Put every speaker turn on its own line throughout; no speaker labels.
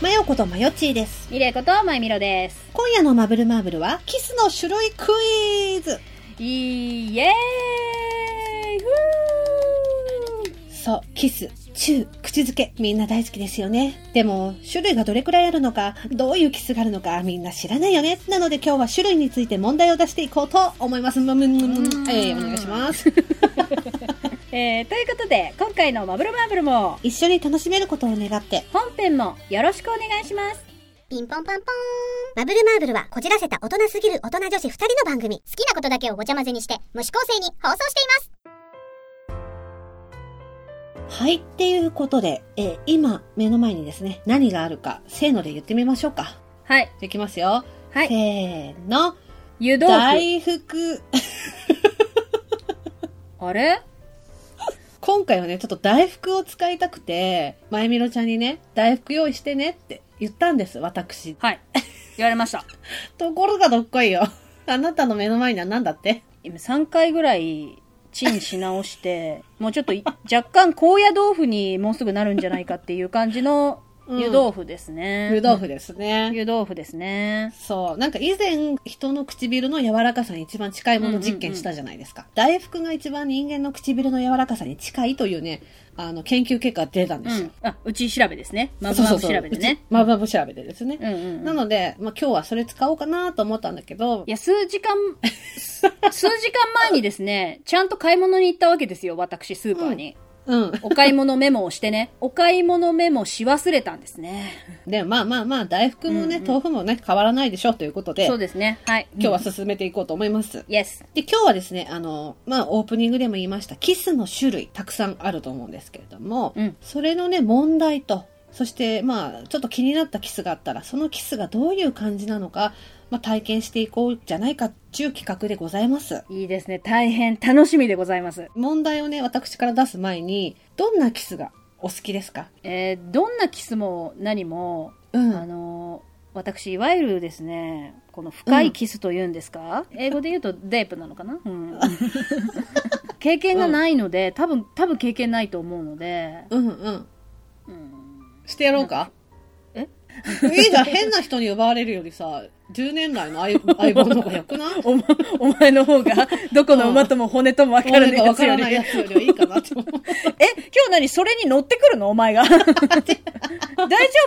マヨことマヨチーです。
ミレイことまゆみろです。
今夜のマブルマーブルは、キスの種類クイズ
イエーイふー
そう、キス、チュー、口づけ、みんな大好きですよね。でも、種類がどれくらいあるのか、どういうキスがあるのか、みんな知らないよね。なので今日は種類について問題を出していこうと思います。むむむむ
うん
えー、お願いし ます。
えー、ということで、今回のマブルマーブルも、
一緒に楽しめることを願って、
本編もよろしくお願いします。
ピンポンパンポーン。マブルマーブルは、こじらせた大人すぎる大人女子二人の番組。好きなことだけをごちゃ混ぜにして、無視構成に放送しています。
はい、っていうことで、えー今、目の前にですね、何があるか、せーので言ってみましょうか。
はい。
いきますよ。
はい
せーの。
湯豆腐。
大福。
あれ
今回はね、ちょっと大福を使いたくて、まゆみろちゃんにね、大福用意してねって言ったんです、私。
はい。言われました。
ところがどっこいよ。 あなたの目の前には何だって
今3回ぐらい、チンし直して、もうちょっとい若干高野豆腐にもうすぐなるんじゃないかっていう感じの
うん
湯豆腐ですね。
湯豆腐
で
ですね。
湯豆腐ですね。
そう。なんか以前、人の唇の柔らかさに一番近いもの実験したじゃないですか。大福が一番人間の唇の柔らかさに近いというね、あの、研究結果が出たんで
う
すよ。
ん。あ、うち調べですね。まぶ
そう
ま
そう
ぶ調
そう
べでね。。
まぶまぶ調べでですね。
うんうんうん。
なので、まあ、今日はそれ使おうかなと思ったんだけど
い、や、数時間、 数時間前にですね、ちゃんと買い物に行ったわけですよ、私、スーパーに。
うん。
お買い物メモをしてね、お買い物メモし忘れたんですね。
で、まあまあまあ、大福もね、
うんうん
豆腐もね、変わらないでしょうということで、
そうですね。はい。
今日は
うん、
進めていこうと思います。
イエス。
で、今日はですね、あの、まあ、オープニングでも言いました、キスの種類、たくさんあると思うんですけれども、
うん
それのね、問題と、そして、まあ、ちょっと気になったキスがあったら、そのキスがどういう感じなのか、まあ、体験していこうじゃないかっていう企画でございます。
いいですね。大変楽しみでございます。
問題をね、私から出す前に、どんなキスがお好きですか
えー、どんなキスも何も、
う
あ
ん。
のー私、いわゆるですね、この深いキスと言うんですか、英語で言うとデープなのかな、 うん、経験がないので、多分、多分経験ないと思うので、
うんうん。
うん、
してやろうか
え
いいじゃん、変な人に奪われるよりさ、10年来の 相相棒の方がよくない
おまお前の方が、どこの馬とも骨とも分から
俺
ない
が
や
わ
つ
か
よ
ら
り。
ないや
え、
つよりはいいかなって 思う。
今日何それに乗ってくるのお 前が。大丈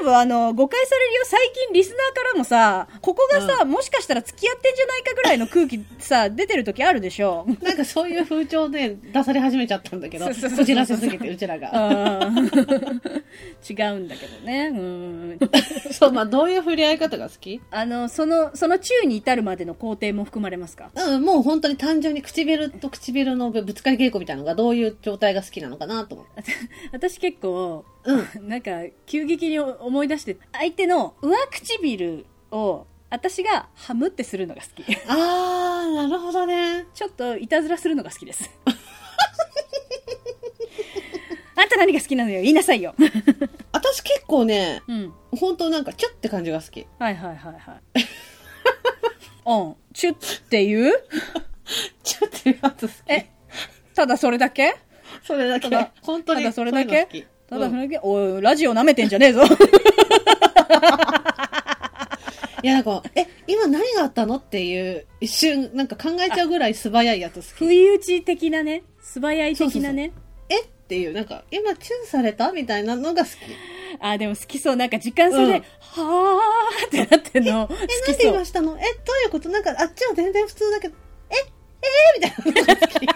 夫あの、誤解されるよ。最近リスナーからもさ、ここがさ、もしかしたら付き合ってんじゃないかぐらいの空気さ、出てる時あるでしょ。
なんかそういう風潮で出され始めちゃったんだけど、
そうそうそうそう
こじらせすぎて、うちら
う
が。
ん 違うんだけどね。うん。
そう、まあどういう触れ合い方が好き
あの、その、その宙に至るまでの工程も含まれますか
うん、もう本当に単純に唇と唇のぶつかり稽古みたいなのがどういう状態が好きなのかなと思う。
私結構、
うん。
なんか急激に思い出して相手の上唇を私がハムってするのが好 き
あー、なるほどね。
ちょっといたずらするのが好きです あんた何が好きなのよ言いなさ いよ
私結構ね、
うん
本当なんかチュッって感じが好き。
はいはいはいはいうんチュッって言う
チュッっていうやつ好き。
えただそれだけ
それだ
た
け
だ。
本当に。
ただそれだ
そういう
け
の好き
ただ
うん
それだけ、おいラジオ舐めてんじ ゃねえぞ
いや、なんか、え、今何があったのっていう、一瞬、なんか考えちゃうぐらい素早いやつ好き。
不意打ち的なね素早い的なね
えっていう、なんか、今チューされたみたいなのが好き。え、
あーでも好きそうなんか時間差で、
うん
はーってなってんの好き
なんで
そう
今したのえ、どういうことなんか、あっちは全然普通だけど、え、えー、みたいなのが好き。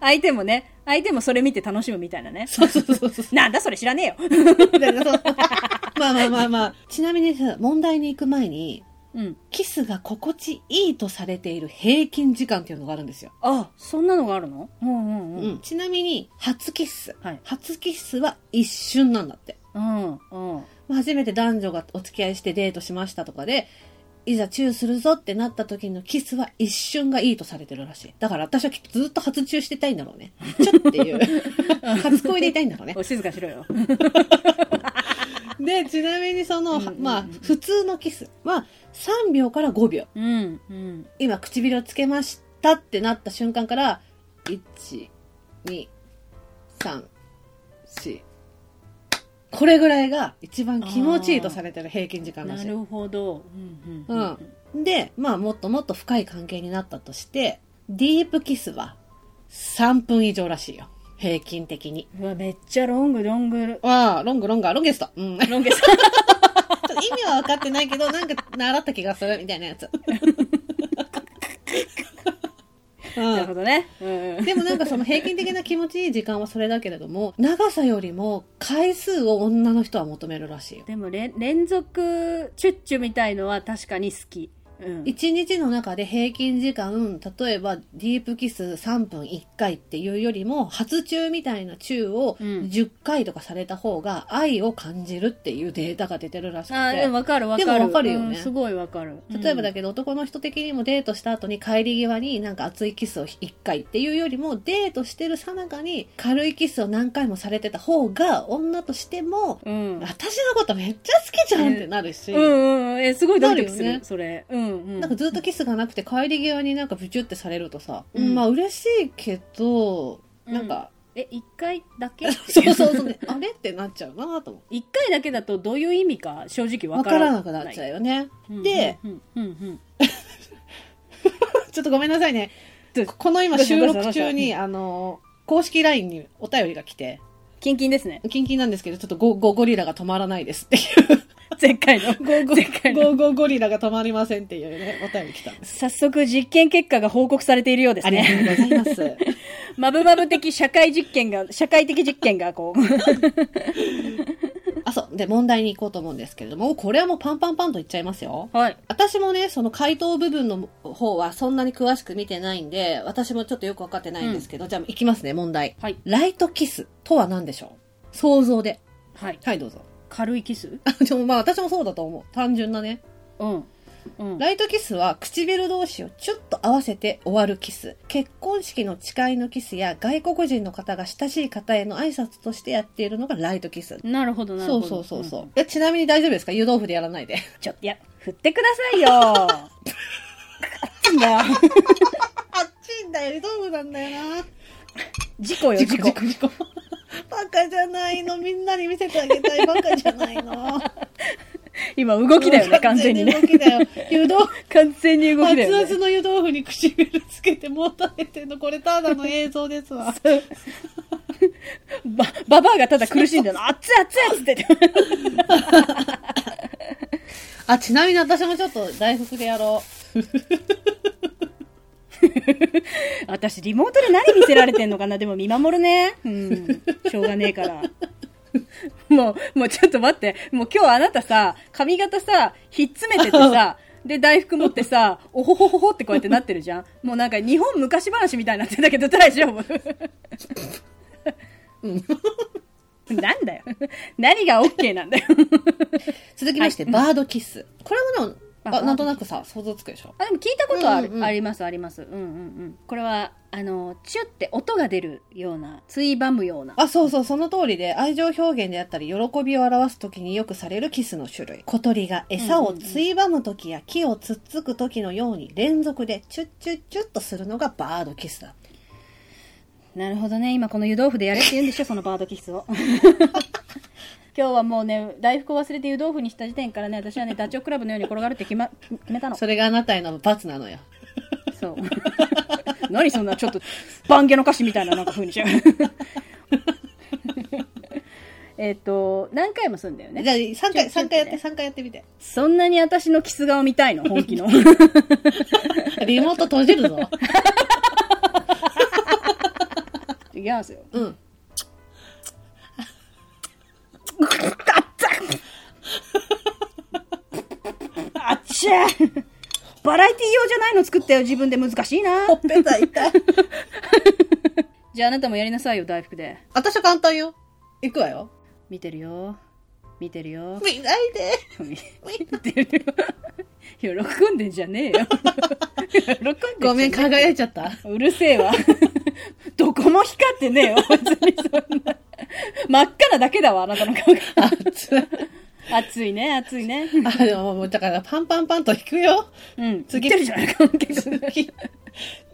相手もね、相手もそれ見て楽しむみたいなね。
そうそうそうそう。
なんだそれ知ら ねえよ。
みたいなそう まあまあまあまあ。ちなみにさ、問題に行く前に、
うん。
キスが心地いいとされている平均時間っていうのがあるんですよ。
あ、そんなのがあるのうんうんう。
うんん。ちなみに、初キッス。
はい。
初キッスは一瞬なんだって。
うんうん。
まあ初めて男女がお付き合いしてデートしましたとかで、いざチューするぞってなった時のキスは一瞬がいいとされてるらしい。だから私はきっとずっと初チューしてたいんだろうね。ちょって いう。初恋でいたいんだろうね。
お静かにしろよ。
で、ちなみにその、
うんうんうん
まあ、普通のキスは3秒から5秒。
うんうん。
今唇をつけましたってなった瞬間から、1、2、3、4、これぐらいが一番気持ちいいとされてる平均時間ら
な
しい。
るほど。うん
う
う
んん
うん
で、まあもっともっと深い関係になったとして、ディープキスは3分以上らしいよ。平均的に。
うわ、めっちゃロングロ ング。
ああ、ロングロンガー、ロンゲスト。うん。 ちょっ
ロンゲス
と意味は分かってないけど、なんか習った気がするみたいなやつ。う
なるほ
ん
どね。うんうん
でもなんかその平均的な気持ちいい時間はそれだけれども、長さよりも回数を女の人は求めるらしいよ。
でもれ、連続チュッチュみたいのは確かに好き。うん。
一日の中で平均時間、例えばディープキス3分1回っていうよりも、初中みたいな中を
うん
10回とかされた方が愛を感じるっていうデータが出てるらしくて。
あーでもわかるわかる。
でもわかるよね
うんすごいわかる。
例えばだ
け
けど男の人的にもデートした後に帰り際になんか熱いキスを1回っていうよりもデートしてるさなかに軽いキスを何回もされてた方が女としても
うん。うん
私のことめっちゃ好きじゃんってなるし、
うんうん。え、すごいドキドキす
なる
る、
よね
それ。うんうん。
なんかずっとキスがなくて帰り際になんかブチュってされるとさ、
う
うんん、まあ嬉しいけど、
うん
なん か、
え、一回だ け
そうそうそう、ね、あれってなっちゃうなと思って。
一回だけだとどういう意味か正直わ
わ
か
からら
な。
ないくなっちゃうよね。
うん
で、
うんうんうん。
ちょっとごめんなさいね
どう。
この今
どうした
収
どうした
録中に、あの、公式 LINE にお便りが来て、
キンキンですね。
キンキンなんですけど、ちょっとゴゴゴリラが止まらないですってい
前回の。
う。ゴ
前回
ゴ
の
ゴ ゴゴリラが止まりませんっていうね、お便り来たんです。
早速実験結果が報告されているようです
ありが
ね。
とうございます。
マブマブ的社会実験が、社会的実験がこ う。
あ、そう。で、問題に行こうと思うんですけれども、これはもうパンパンパンと言っちゃいますよ。
はい。
私もね、その回答部分の方はそんなに詳しく見てないんで、私もちょっとよくわかってないんですけど、じゃあ行きますね、問題。
はい。
ライトキスとは何でしょう想像で。
はい。
はい、どうぞ。
軽いキス
あでもまあ私もそうだと思う。単純なね。
うん。うん。
ライトキスは唇同士をちょっと合わせて終わるキス。結婚式の誓いのキスや外国人の方が親しい方への挨拶としてやっているのがライトキス。
なるほど、なる
そ
ほ
う
ど。
そうそうそう。
ん
え、ちなみに大丈夫ですか湯豆腐でやらないで。
ちょっと、いや、振ってくださ いよ。なんだよ
あっちんだよ、湯豆腐なんだよな。
事故よ、事故。
事故。 バカじゃないの。みんなに見せてあげたいバカじゃないの。
今、 動きだよね、完全にね
完。全動きだよ。湯豆腐。
完全に 動きだ
熱
よね。
々の湯豆腐に唇つけてもたれてんの。これただの映像です わ。
ば、ババアがただ苦しんでるの。熱い熱い熱いって言って。
あ、ちなみに私もちょっと大福でやろ
私、リモートで何見せられてんのかなでも見守るね。うん。しょうがねえから。もう、もうちょっと待って。もう今日あなたさ、髪型さ、ひっ詰めててさ、で、大福持ってさ、おほほほほってこうやってなってるじゃん。もうなんか日本昔話みたいになってんだけど大丈夫なんだよ。何が OK なんだよ。
う。続きまして、バードキス。これもでも、
あ
あなんとなくさ、想像つくでしょ。
あ、でも聞いたことある、
うんうんうん
あります、あります。うんうんうん。これは、あの、チュって音が出るような、ついばむような。
あ、そうそう、その通りで、愛情表現であったり、喜びを表すときによくされるキスの種類。小鳥が餌をついばむときや木をつっつくときのように、連続でチュッチュッチュッとするのがバードキスだ。
なるほどね。今この湯豆腐でやれって言うんでしょ、そのバード キスを。今日はもうね、大福を忘れて湯豆腐にした時点からね、私はね、ダチョウ倶楽部のように転がるって決,、ま、決めたの。そ
それがあなたへの罰なのよ。
う。 何そんなちょっと、番下の歌詞みたいななんか風にしちゃう。 えっと、何回もすんだよ
じ
ね。
ゃあ、3回、
チュッ
三回やって、
チ
3回やってみて。
そんなに私のキス顔見たいの、本気の。
リモート閉じるぞ。
いきますよ。
うん。
あっちゃーバラエティ用じゃないの作ったよ、自分で難しいな
ほ。っぺた痛い。
じゃああなたもやりなさいよ、大福で。
私は簡単よ。行くわよ。
見てるよ。見てる よ。
見ないで。
見てるよ。喜んでんじゃねえ よ。喜んでんじゃねえ
ごめん、輝いちゃった。
うるせえわ。どこも光ってねえよ、別にそんな。真っ赤なだけだわ、あなたの顔が。
熱い。
熱いね、熱いね。
あ、でももう、だから、パンパンパンと引くよ。
うん。
次
言ってるじゃないか、 結構
続き、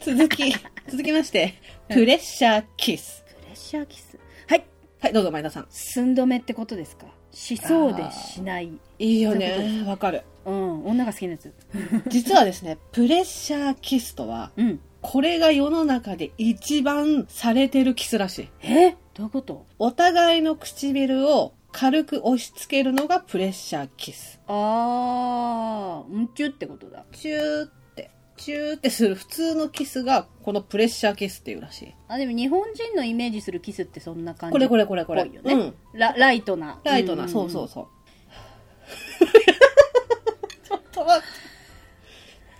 続き、続きまして、プレッシャーキス。
プレッシャーキス。はい。
はい、どうぞ前田さん。
寸止めってことですかしそうでしない。
いいよ
そういうこと
ね。わかる。
うん。女が好きなやつ。
実はです ね、プレッシャーキスとは、
うん。
これが世の中で一番されてるキスらしい。
えどういうこと
お互いの唇を軽く押し付けるのがプレッシャーキス。
あー、うんちゅってことだ。
チューって、チューってする普通のキスが、このプレッシャーキスっていうらしい。
あ、でも日本人のイメージするキスってそんな感じ。
これこれこれこれ。
ぽいよね
うん。
ラライトな。
ライトな、
んんん
そうそうそう。 ちょっと待って。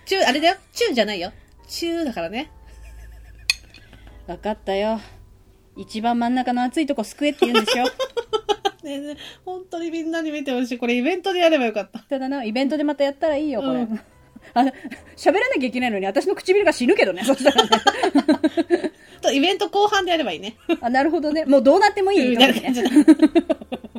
チュー、あれだよ。チューじゃないよ。チューだからね。
わかったよ。一番真ん中の熱いとこすくえって言うんでしょ。
ねえねえ、本当にみんなに見てほしい。これイベントでやればよかった。
ただな、イベントでまたやったらいいよ、これ。
うん
あ喋らなきゃいけないのに、私の唇が死ぬけどね、そしたらね。
とイベント後半でやればいいね。
あ、なるほどね。もうどうなってもいい
み
みた
た
い
い
な
な
ね
感。じで。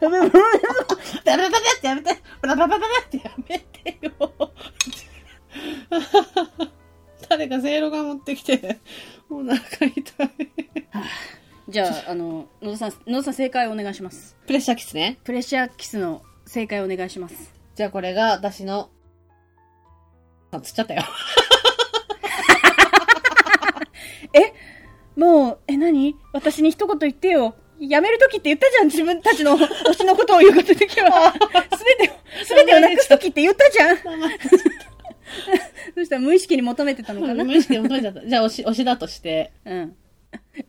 やめてやめてブラブラブラブラってやめてよ。誰かせいろが持ってきて、お腹痛い。
じゃあ、あの、野田さん、野田さん正解をお願いします。
プレッシャーキスね。
プレッシャーキスの正解をお願いします。
じゃあこれが私の、あ、つっちゃったよ。
もう、え、何私に一言言ってよ。やめるときって言ったじゃん、自分たちの推しのことを言うことできは。すべてを、すべてをなくすときって言ったじゃん。そしたら無意識に求めてたのか な。
無意識で求めちゃった。じゃあ推し、推 しだとして。
うん。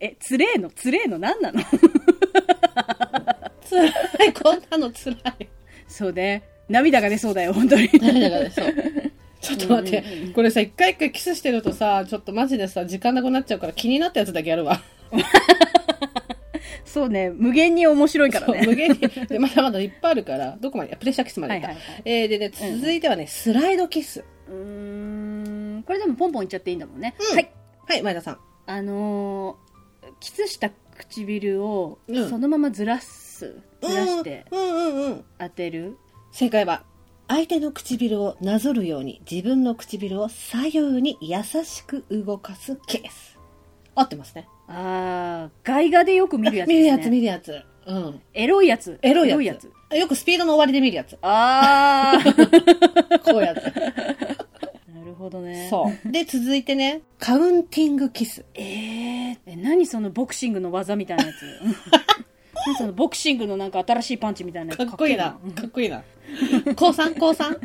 え、つれえのつれえの何なの
つらい、こんなのつらい。
そうね。涙が出そうだよ、本当に。
誰だかでそう。 ちょっと待って、これさ、一回一回キスしてるとさ、ちょっとマジでさ、時間なくなっちゃうから気になったやつだけやるわ。
そうね。無限に面白いから
そう無
ね。
限に。で、まだまだいっぱいあるから、どこまで、あプレッシャーキスまでいった。
はいはいはい
えー、でね、続いてはね、スライドキス。
うーん。これでもポンポンいっちゃっていいんだもんね。
うん
はい。
はい、前田さん。
あのーキスした唇を
うん
そのままずらす、ずらして
うんうんうんうん。
当てる
正解は、相手の唇をなぞるように自分の唇を左右に優しく動かすキス。合ってますね。
ああ外画でよく見るやつ
見
で
る
す、ね、
やつ見るやつ。うん。
エロいやつ。
エロいやつ。よくスピードの終わりで見るやつ
あ あ
こうやって。
なるほどね
そう。で、続いてね、カウンティングキス。
えー、え何そのボクシングの技みたい なやつ何そのボクシングのなんか新しいパンチみたいなやつ
かっこいいな
え。
かっこいいな。高三高三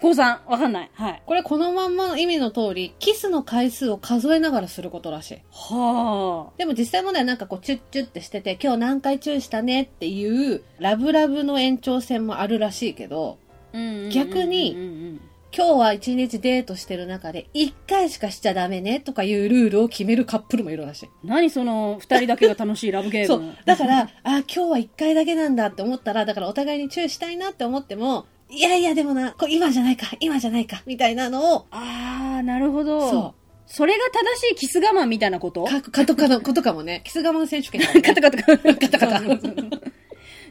高さんわかんないはい
これこのまんまの意味の通り、キスの回数を数えながらすることらしい。
は
でも実際問題はなんかこうチュッチュってしてて、今日何回チューしたねっていう、ラブラブの延長線もあるらしいけど、
あ、うんうんうんうんうん
逆に今日は一日デートしてる中で、一回しかしちゃダメねとかいうルールを決めるカップルもいるらしい。
何その二人だけが楽しいラブゲーム
そう。だから、あ今日は一回だけなんだって思ったら、だからお互いにチューしたいなって思っても、いやいやでもな、これ今じゃないか、今じゃないか、みたいなのを、
ああ、なるほど。。
そう
それが正しいキス我慢みたいなこと
う、
カ
か、かとかのことかもね、キス我慢選手権だもんね、
タカタカタ
タカタ
そうそうそう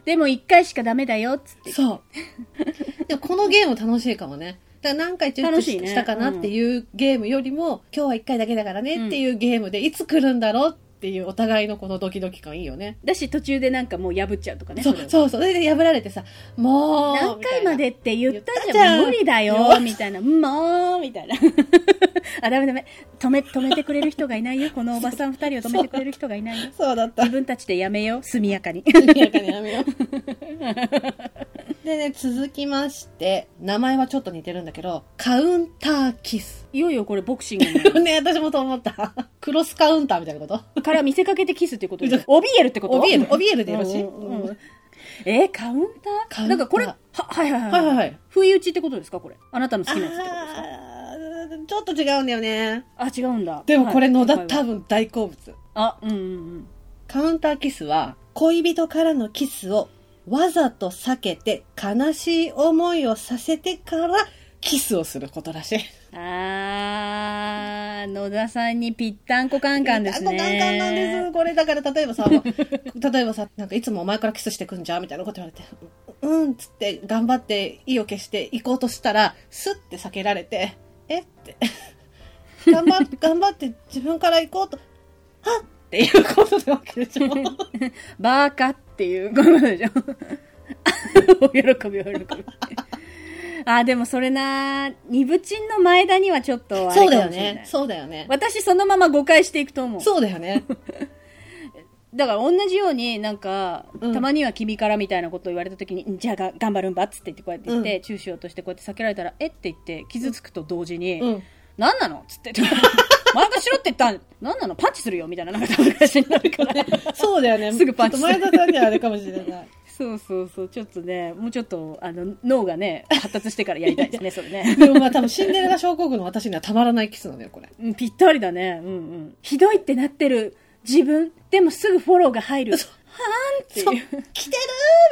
でも一回しかダメだよ、つって。
そう。でもこのゲーム楽しいかもね。だから何回チュッ
楽
と
しい
し
ね
たかなっていうゲームよりも、今日は一回だけだからねっていうゲームで、いつ来るんだろうっていうお互いのこのドキドキ感いいよね。
だし途中でなんかもう破っちゃうとかね。
そう
れを
そうそう。それで破られてさ、もう、
何回までって言ったじ
言った
ゃ
じゃ
ん。
ん
無理だよ、みたいな。もう、みたいな。 あ、ダメダメ。止め、止めてくれる人がいないよ。このおばさん二人を止めてくれる人がいないよ。
みたいなそうだった
自。分たちでやめよう。速やかに。
明らかにやめよう。でね、続きまして、名前はちょっと似てるんだけど、カウンターキス。
いよいよこれボクシング
ね、私もと思った。クロスカウンターみたいなこと
のから見せかけてキスってこと で。怯えるってこと
オビエル、オビエルでよろしい、
うんうんえー、カウンタ
カウンター
ーなんかこれ、は、はいはい
はいはいはい。
不意打ちってことですかこれ。あなたの好きなやつってことですか
あーちょっと違うんだよね。
あ違うんだ。
でもこれ野田、
はい
多分大好物。
あ、うんうん
カウンターキスは、恋人からのキスをわざと避けて悲しい思いをさせてからキスをすることらしい。
うん。あー、野田さんにぴったんこカンカンですね。
あカンカンなんです。これだから例えばさ、もう 例えばさ、なんかいつもお前からキスしてくんじゃんみたいなこと言われて、うん、つって頑張って意を消して行こうとしたら、スッて避けられて、えって。 頑張っ、 頑張って自分から行こうと、はっっていうことなわけで しょ。
バーカっていうことでしょ。お喜び、お喜び。あ、でもそれな、ニブチンの前田にはちょっとあれかもし
そうだ
れな
よ
い。
ね。そうだよね。
私そのまま誤解していくと思う。
そうだよ ね。
だから同じように、なんか、
うん
たまには君からみたいなことを言われた時に、んじゃあが頑張るんばっつって言ってこうやって言って、
う
中止をとしてこうやって避けられたら、えって言って傷つくと同時に、
うん。
なんなのつって。前がしろって言ったん、なんなのパンチするよみたいな、なんか多分返しになるから。
そうだよね。
すぐパンチ
ちょっと前田さんにはあれかもしれない。
そうそうそう、ちょっとね、もうちょっと、あの、脳がね、発達してからやりたいですね、それね。
でもまあ多分シンデレラ症候群の私にはたまらないキスなのよ、これ。
うんぴったりだね。うんうん。ひどいってなってる自分、でもすぐフォローが入る。はーんって
そう。来
い
て
う。
るー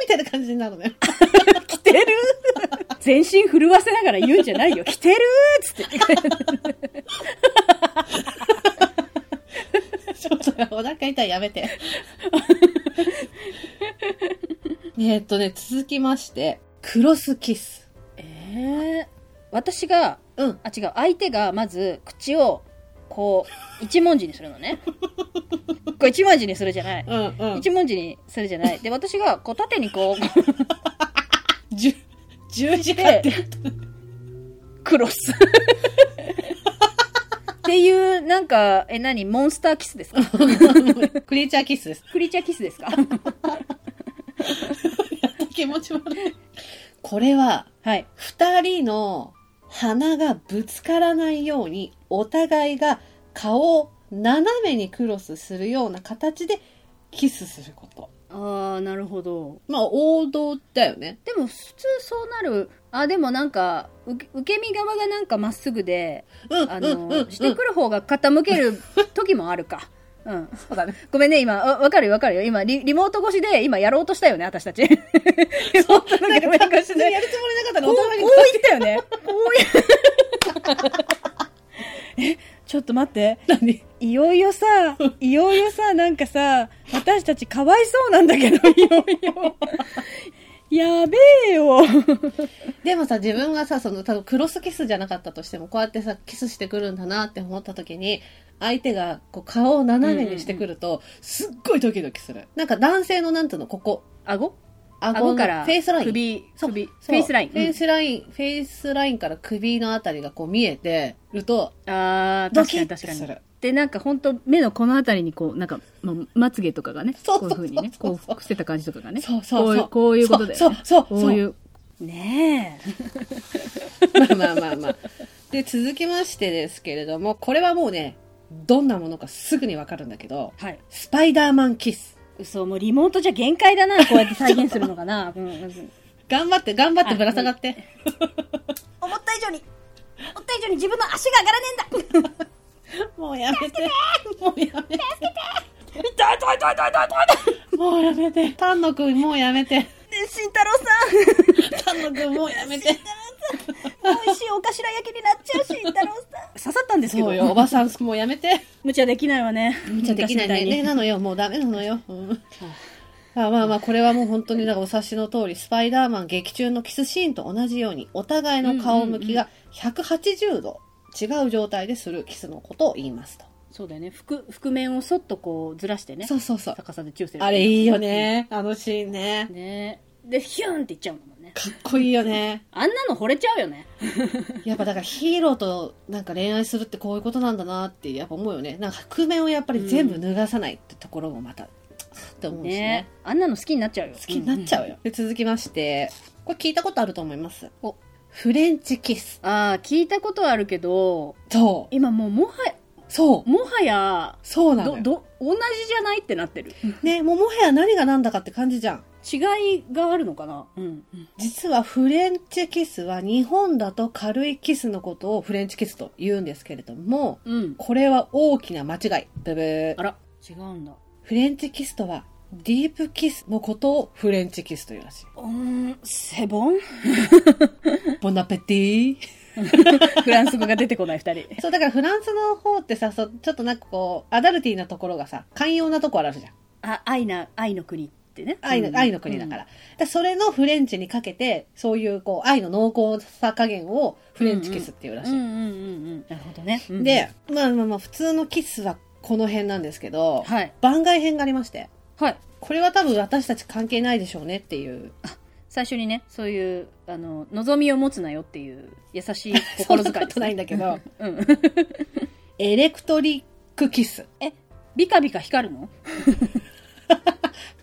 みたいな感じになるのよ。
来てる全身震わせながら言うんじゃない よ。来てるーっつって。
ちょっとお腹痛い、やめて。えーっとね、続きまして、クロスキス。
えー、私が、
うん。
あ、違う。相手がまず口を、こう、一文字にするのね。こう一文字にするじゃない。
うんうん。
一文字にするじゃ ない。で、私が、こう、縦にこう、
十、十字架って。
ク ロス。っていう、なんか、え、何モンスターキスですか
クリーチャーキスです。
クリーチャーキスですか
気持ち悪い。これは、
はい。
二人の鼻がぶつからないように、お互いが顔を斜めにクロスするような形でキスすること。
あー、なるほど。
まあ、王道だよね。
でも、普通そうなる。あ、でもなんか、受け受け身側がなんかまっすぐで、
うん、
あ
う
の、
ん、うん。
してくる方が傾ける時もある か。うん。
そうだね。
ごめんね、今、わわかるよ、わかるよ。今リ、リモート越しで、今、やろうとしたよね、私た ち。本当
なん
に
か
ごめん
別
越し
に
で。
やるつもりなかったの
こう、
お
こ
互
う
い
言
に
ったよね。こう言え、 ちょっと待って。
何
いよいよさ、いよいよさ、なんかさ、私たちかわいそうなんだけど、 いよいよ。やべえよ。
でもさ、自分がさ、その、多分クロスキスじゃなかったとしても、こうやってさ、キスしてくるんだなって思った時に、相手が、こう、顔を斜めにしてくると、すっごいドキドキする。なんか男性の、なんていうの、ここ、
顎
顎の
顎から、
フェイスライン。
首、
そう
首、フ
そう
ェイスライン。
フェイスライン、フェイスラインから首のあたりがこう見えてると、
うんあー、
ド
確
キ
か
ッ
に
と
確か
す
に。
る。
で、なんか本当目のこの辺りにこう、なんか、ままつげとかがね、
そう
こ
そうう
いう
そう
風にね、こう伏せた感じとかがね、
そうそうそう。
こういう、こういうことで、
そうそうそう。
こういう。ねえ。
まあまあまあまあ。で、続きましてですけれども、これはもうね、どんなものかすぐにわかるんだけど、
はい。
スパイダーマンキス。
嘘、もうリモートじゃ限界だな、こうやって再現するの かな。うんうん
頑張って、頑張ってぶら下がって。
思った以上に、思った以上に自分の足が上がらねえんだ
もうやめて。もうやめて。
痛い痛い痛い痛い痛い痛い
もうやめて。丹野くん、もうやめて。
ねえ慎太郎さ
丹野くん、もうやめて。
ん、美味しいお頭焼きになっち ゃう、慎太郎さん。刺さったんですけ
そ
ど。
うよ、おばさん、もうやめて。
無茶できないわね。
無茶できないね。ね、なのよ、もうダメなのよ。うんまあまあまあ、これはもう本当に、だからお察しの通り、スパイダーマン劇中のキスシーンと同じように、お互いの顔向きが180度違う状態でするキスのことを言いますと。
そうだよね。覆覆面をそっとこうずらしてね。
そうそうそう。
逆さで中世
あれいいよね。あのシーンね。
ねでヒューンっていっちゃうんだもんね
かっこいいよね。
あんなの惚れちゃうよね
やっぱだからヒーローとなんか恋愛するってこういうことなんだなってやっぱ思うよね。なんか覆面をやっぱり全部脱がさないってところもまた、って思うし
ね
ね。
あんなの好きになっちゃうよ
好きになっちゃうよ、で続きましてこれ聞いたことあると思いますおフレンチキス
うんああ聞いたことはあるけど
そう
今もうもはや
そう
もはや
そうなの
ど
よ
ど同じじゃないってなってる
ねもうもはや何が何だかって感じじゃん
違いがあるのかなうん
実はフレンチキスは日本だと軽いキスのことをフレンチキスと言うんですけれども
うん
これは大きな間違いブブー
あら違うんだ
フレンチキスとはディープキスのことをフレンチキスというらしい
うんセボン
ボナペティ
フランス語が出てこない二 人
そうだからフランスの方ってさそうちょっとなんかこうアダルティーなところがさ寛容なとこあるじゃん
あ愛な愛の国っってね。
愛の、愛の国だから。だからそれのフレンチにかけて、そういうこう、愛の濃厚さ加減をフレンチキスっていうらし
うん
い。
うんうんうん。なるほどね。うん、
で、まあまあまあ、普通のキスはこの辺なんですけど、
はい。
番外編がありまして、
はい。
これは多分私たち関係ないでしょうねっていう。
最初にね、そういう、あの、望みを持つなよっていう優 しい心遣いです、
そんなことないんだけど。
うん。
エレクトリックキス。
ビカビカ光るの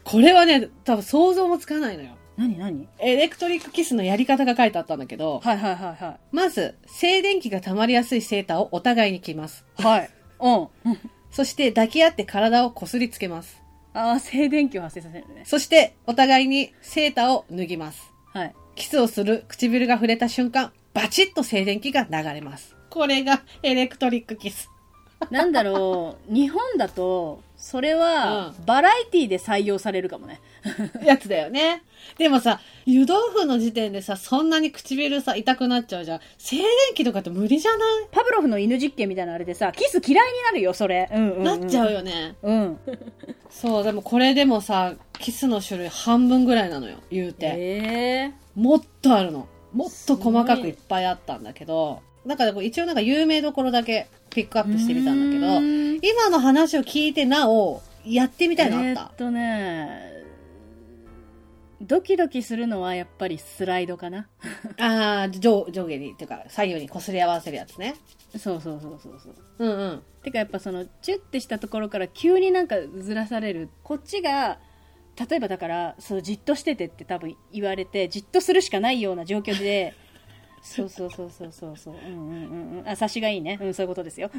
これはね、多分想像もつかないのよ。
何何
エレクトリックキスのやり方が書いてあったんだけど、
はいはいはいは
まず、静電気が溜まりやすいセーターをお互いに着ます。
い。 はい。うんうん。
そして抱き合って体をこすりつけます。
ああ、静電気を発生させるね。
そして、お互いにセーターを脱ぎます。
はい。
キスをする唇が触れた瞬間、バチッと静電気が流れます。これがエレクトリックキス。
なんだろう、日本だと、それは、
う
バラエティで採用されるかもね。
やつだよね。でもさ、湯豆腐の時点でさ、そんなに唇さ、痛くなっちゃうじゃん。静電気とかって無理じゃない、
パブロフの犬実験みたいなあれでさ、キス嫌いになるよ、それ。うんうん、
なっちゃ
う。
うよね。
うん。
そう、でもこれでもさ、キスの種類半分ぐらいなのよ、言うて。
え
もっとあるの。もっと細か
す
く
ごい
いっぱいあったんだけど、なんかでも一応なんか有名どころだけピックアップしてみたんだけど、
み
今の話を聞いてなお、やってみたいのあっ
えー
た
っ。とね、ドキドキするのはやっぱりスライドかな。
ああ、上、上下に、っていうか左右に擦り合わせるやつね。
そうそうそうそうそう。
うんうん。
てかやっぱそのチュッてしたところから急になんかずらされるこっちが例えばだからそうじっとしててって多分言われてじっとするしかないような状況 でそうそうそうそうそうそううんうんうんうんあ察しがいいねうんそういうことです よ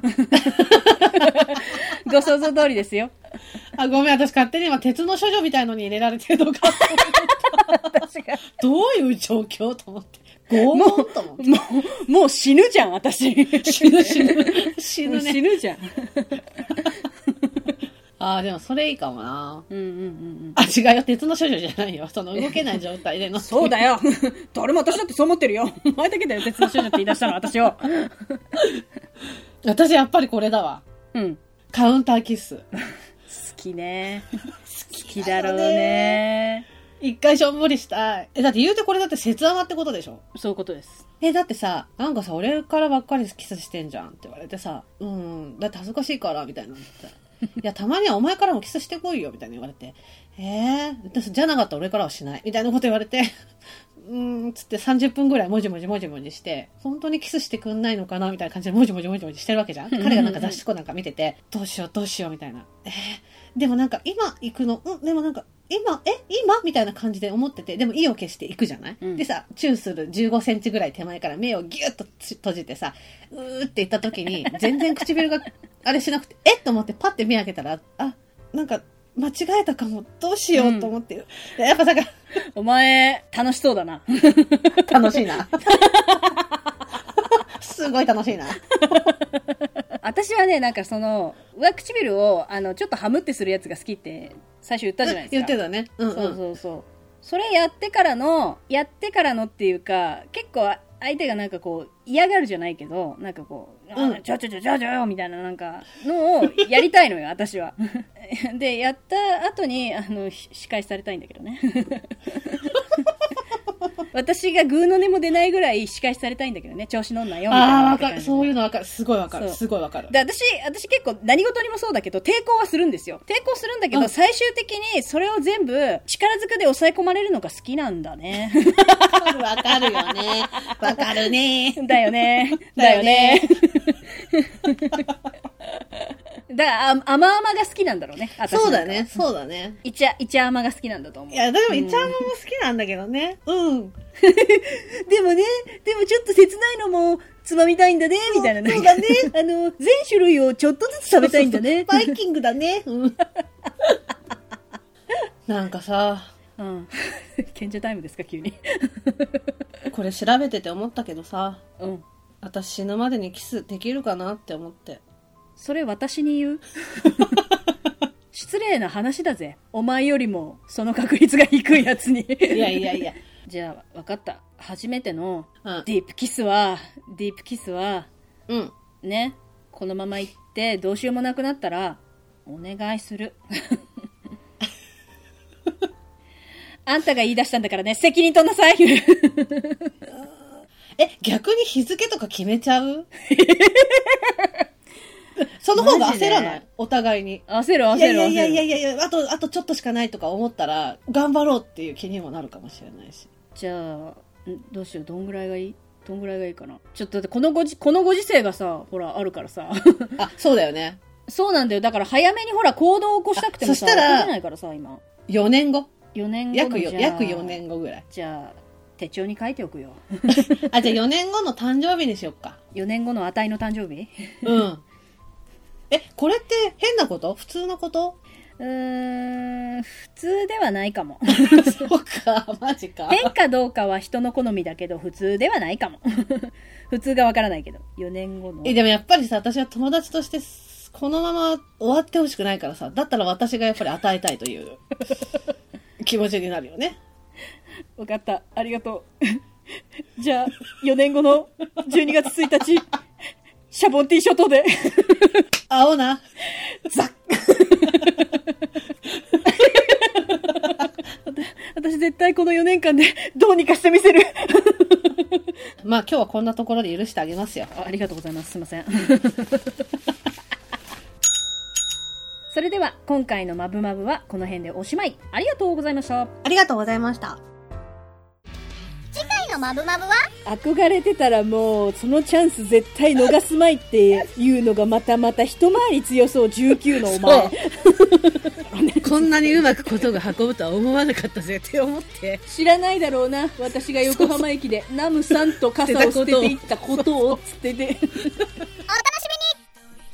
ご想像通りですよ
あ、ごめん、私勝手に今、鉄の処女みたいのに入れられてるのか。
私が
どういう状況と思って。拷問と 思って。
もうもう死ぬじゃん私
死ぬ死ぬ。死ぬね。
死ぬじゃん
ああ、でもそれいいかもな。
うんうんうん
あ、違うよ。鉄の処女じゃないよ。その動けない状態での。
そうだよ誰も私だってそう思ってるよお前だけだよ別の少女って言い出したの私を
私やっぱりこれだわ。
うん好
カウンターキス。
き ね好き
だ
だ
ろ
ろ
う
う
ね
ね。
一回しょんぼりしたい。え、だって言うてこれだって切穴ってことでしょ
そういうことです。
え、だってさ、なんかさ、俺からばっかりキスしてんじゃんって言われてさ、うん、だって恥ずかしいから、みたいなの言って。いや、たまにはお前からもキスしてこいよ、みたいな言われて。えー、私じゃなかったら俺からはしない、みたいなこと言われて。 うーん、つって30分ぐらいもじもじもじもじして、本当にキスしてくんないのかなみたいな感じでもじもじもじもじしてるわけじゃん。
うんうん
彼がなんか雑誌庫なんか見てて、どうしようどうしようみたいな。えー、でもなんか今行くの、うん、でもなんか今、え、今みたいな感じで思ってて、でも意を決して行くじゃない、
うん
でさ、チューする15センチぐらい手前から目をギュッと閉じてさ、うーって言った時に、全然唇があれしなくて、 えっと思ってパッて目開けたら、あ、なんか間違えたかも、どうしようと思って、でやっぱなんか、
お前、楽しそうだな。
楽しいな。 すごい楽しいな。
私はね、なんかその、上唇を、あの、ちょっとハムってするやつが好きって、最初言ったじゃないです
言っ
か。
てたね。うん、うん。
そうそうそう。それやってからの、やってからのっていうか、結構相手がなんかこう、嫌がるじゃないけど、なんかこう、
うん
ちょちょちょちょちょみたいななんか、のをやりたいのよ、私は。 で、やった後に、あの、し仕返しされたいんだけど ね。私がグーの音も出ないぐらい仕返しされたいんだけどね、調子乗んなよ、みたいな
ああ、わかる。そういう
う。
のわかる。すごいわかる。
そう
すごいわかる。
で私、私結構何事にもそうだけど、抵抗はするんですよ。抵抗するんだけ
う
ど、
ん
最終的にそれを全部力ずくで抑え込まれるのが好きなんだ ね。
わかるわかるよね。 わかるね。
だよね。だよね。 だから、あ甘々が好きなんだろうね。私なんか
そうだね。。そうだね。
イチャ、イチャ甘が好きなんだと思う
い。や、でも、イチャームも好きなんだけどね。うん。
でもね、でもちょっと切ないのもつまみたいんだね、みたいなね。
そうだね。
あの、全種類をちょっとずつ食べたいんだ ね。
バイキングだね。 うん。なんかさ、
うん。 賢者タイムですか、急に。
これ調べてて思ったけどさ、
うん。
私死ぬまでにキスできるかなって思って。
それ私に言う 失礼な話だぜ。お前よりも、その確率が低いやつに。
いやいやいや。
じゃあ、わかった。初めての
うん
ディープキスは、ディープキスは、
うん。
ね、このまま行って、どうしようもなくなったら、お願いする。 あんたが言い出したんだからね、責任取んなさい。
え、逆に日付とか決めちゃ うその方が焦らな
マジ
いお互いに。
焦る焦る焦る。
いやいやいやいやいやいや、あと、あとちょっとしかないとか思ったら、頑張ろうっていう気にもなるかもしれないし。
じゃあ、んどうしよう、どんぐらいがいいどんぐらいがいいかな。ちょっとだってこのごじ、このご時世がさ、ほら、あるからさ。
あ、そうだよね。
そうなんだよ。だから早めにほら、行動を起こしたくてもさ、
あそしたら
起こせないからさ、今。
4年後
4年後
約
の
よ、
じゃあ
約4。年後ぐらい。
じゃあ、手帳に書いておくよ。
あ、じゃあ4年後の誕生日にしよっ か。
4年後のあたいの誕生日
うん。え、これって変なこと普通の こと
うーん、普通ではないか も。
そうか、マジか。
変かどうかは人の好みだけど、普通ではないかも。 普通がわからないけど。4年後の。
え、でもやっぱりさ、私は友達として、このまま終わってほしくないからさ、だったら私がやっぱり与えたいという 気持ちになるよね。
わかった。ありがとう。 じゃあ、4年後の12月1日、シャボンティー諸島で。
青な。
私絶対この4年間でどうにかしてみせる。
まあ今日はこんなところで許してあげますよ。
あありがとうございます。すいま せん。それでは、今回のマブマブはこの辺でおしまい。ありがとうございました。
ありがとうございました。
次回のマブマブは
憧れてたらもう、そのチャンス絶対逃すまいっていうのがまたまた一回り強そう19のお前。
こんなにうまくことが運ぶとは思わなかったぜって思って。
知らないだろうな私が横浜駅でナムさんと傘を捨てていったことをつってて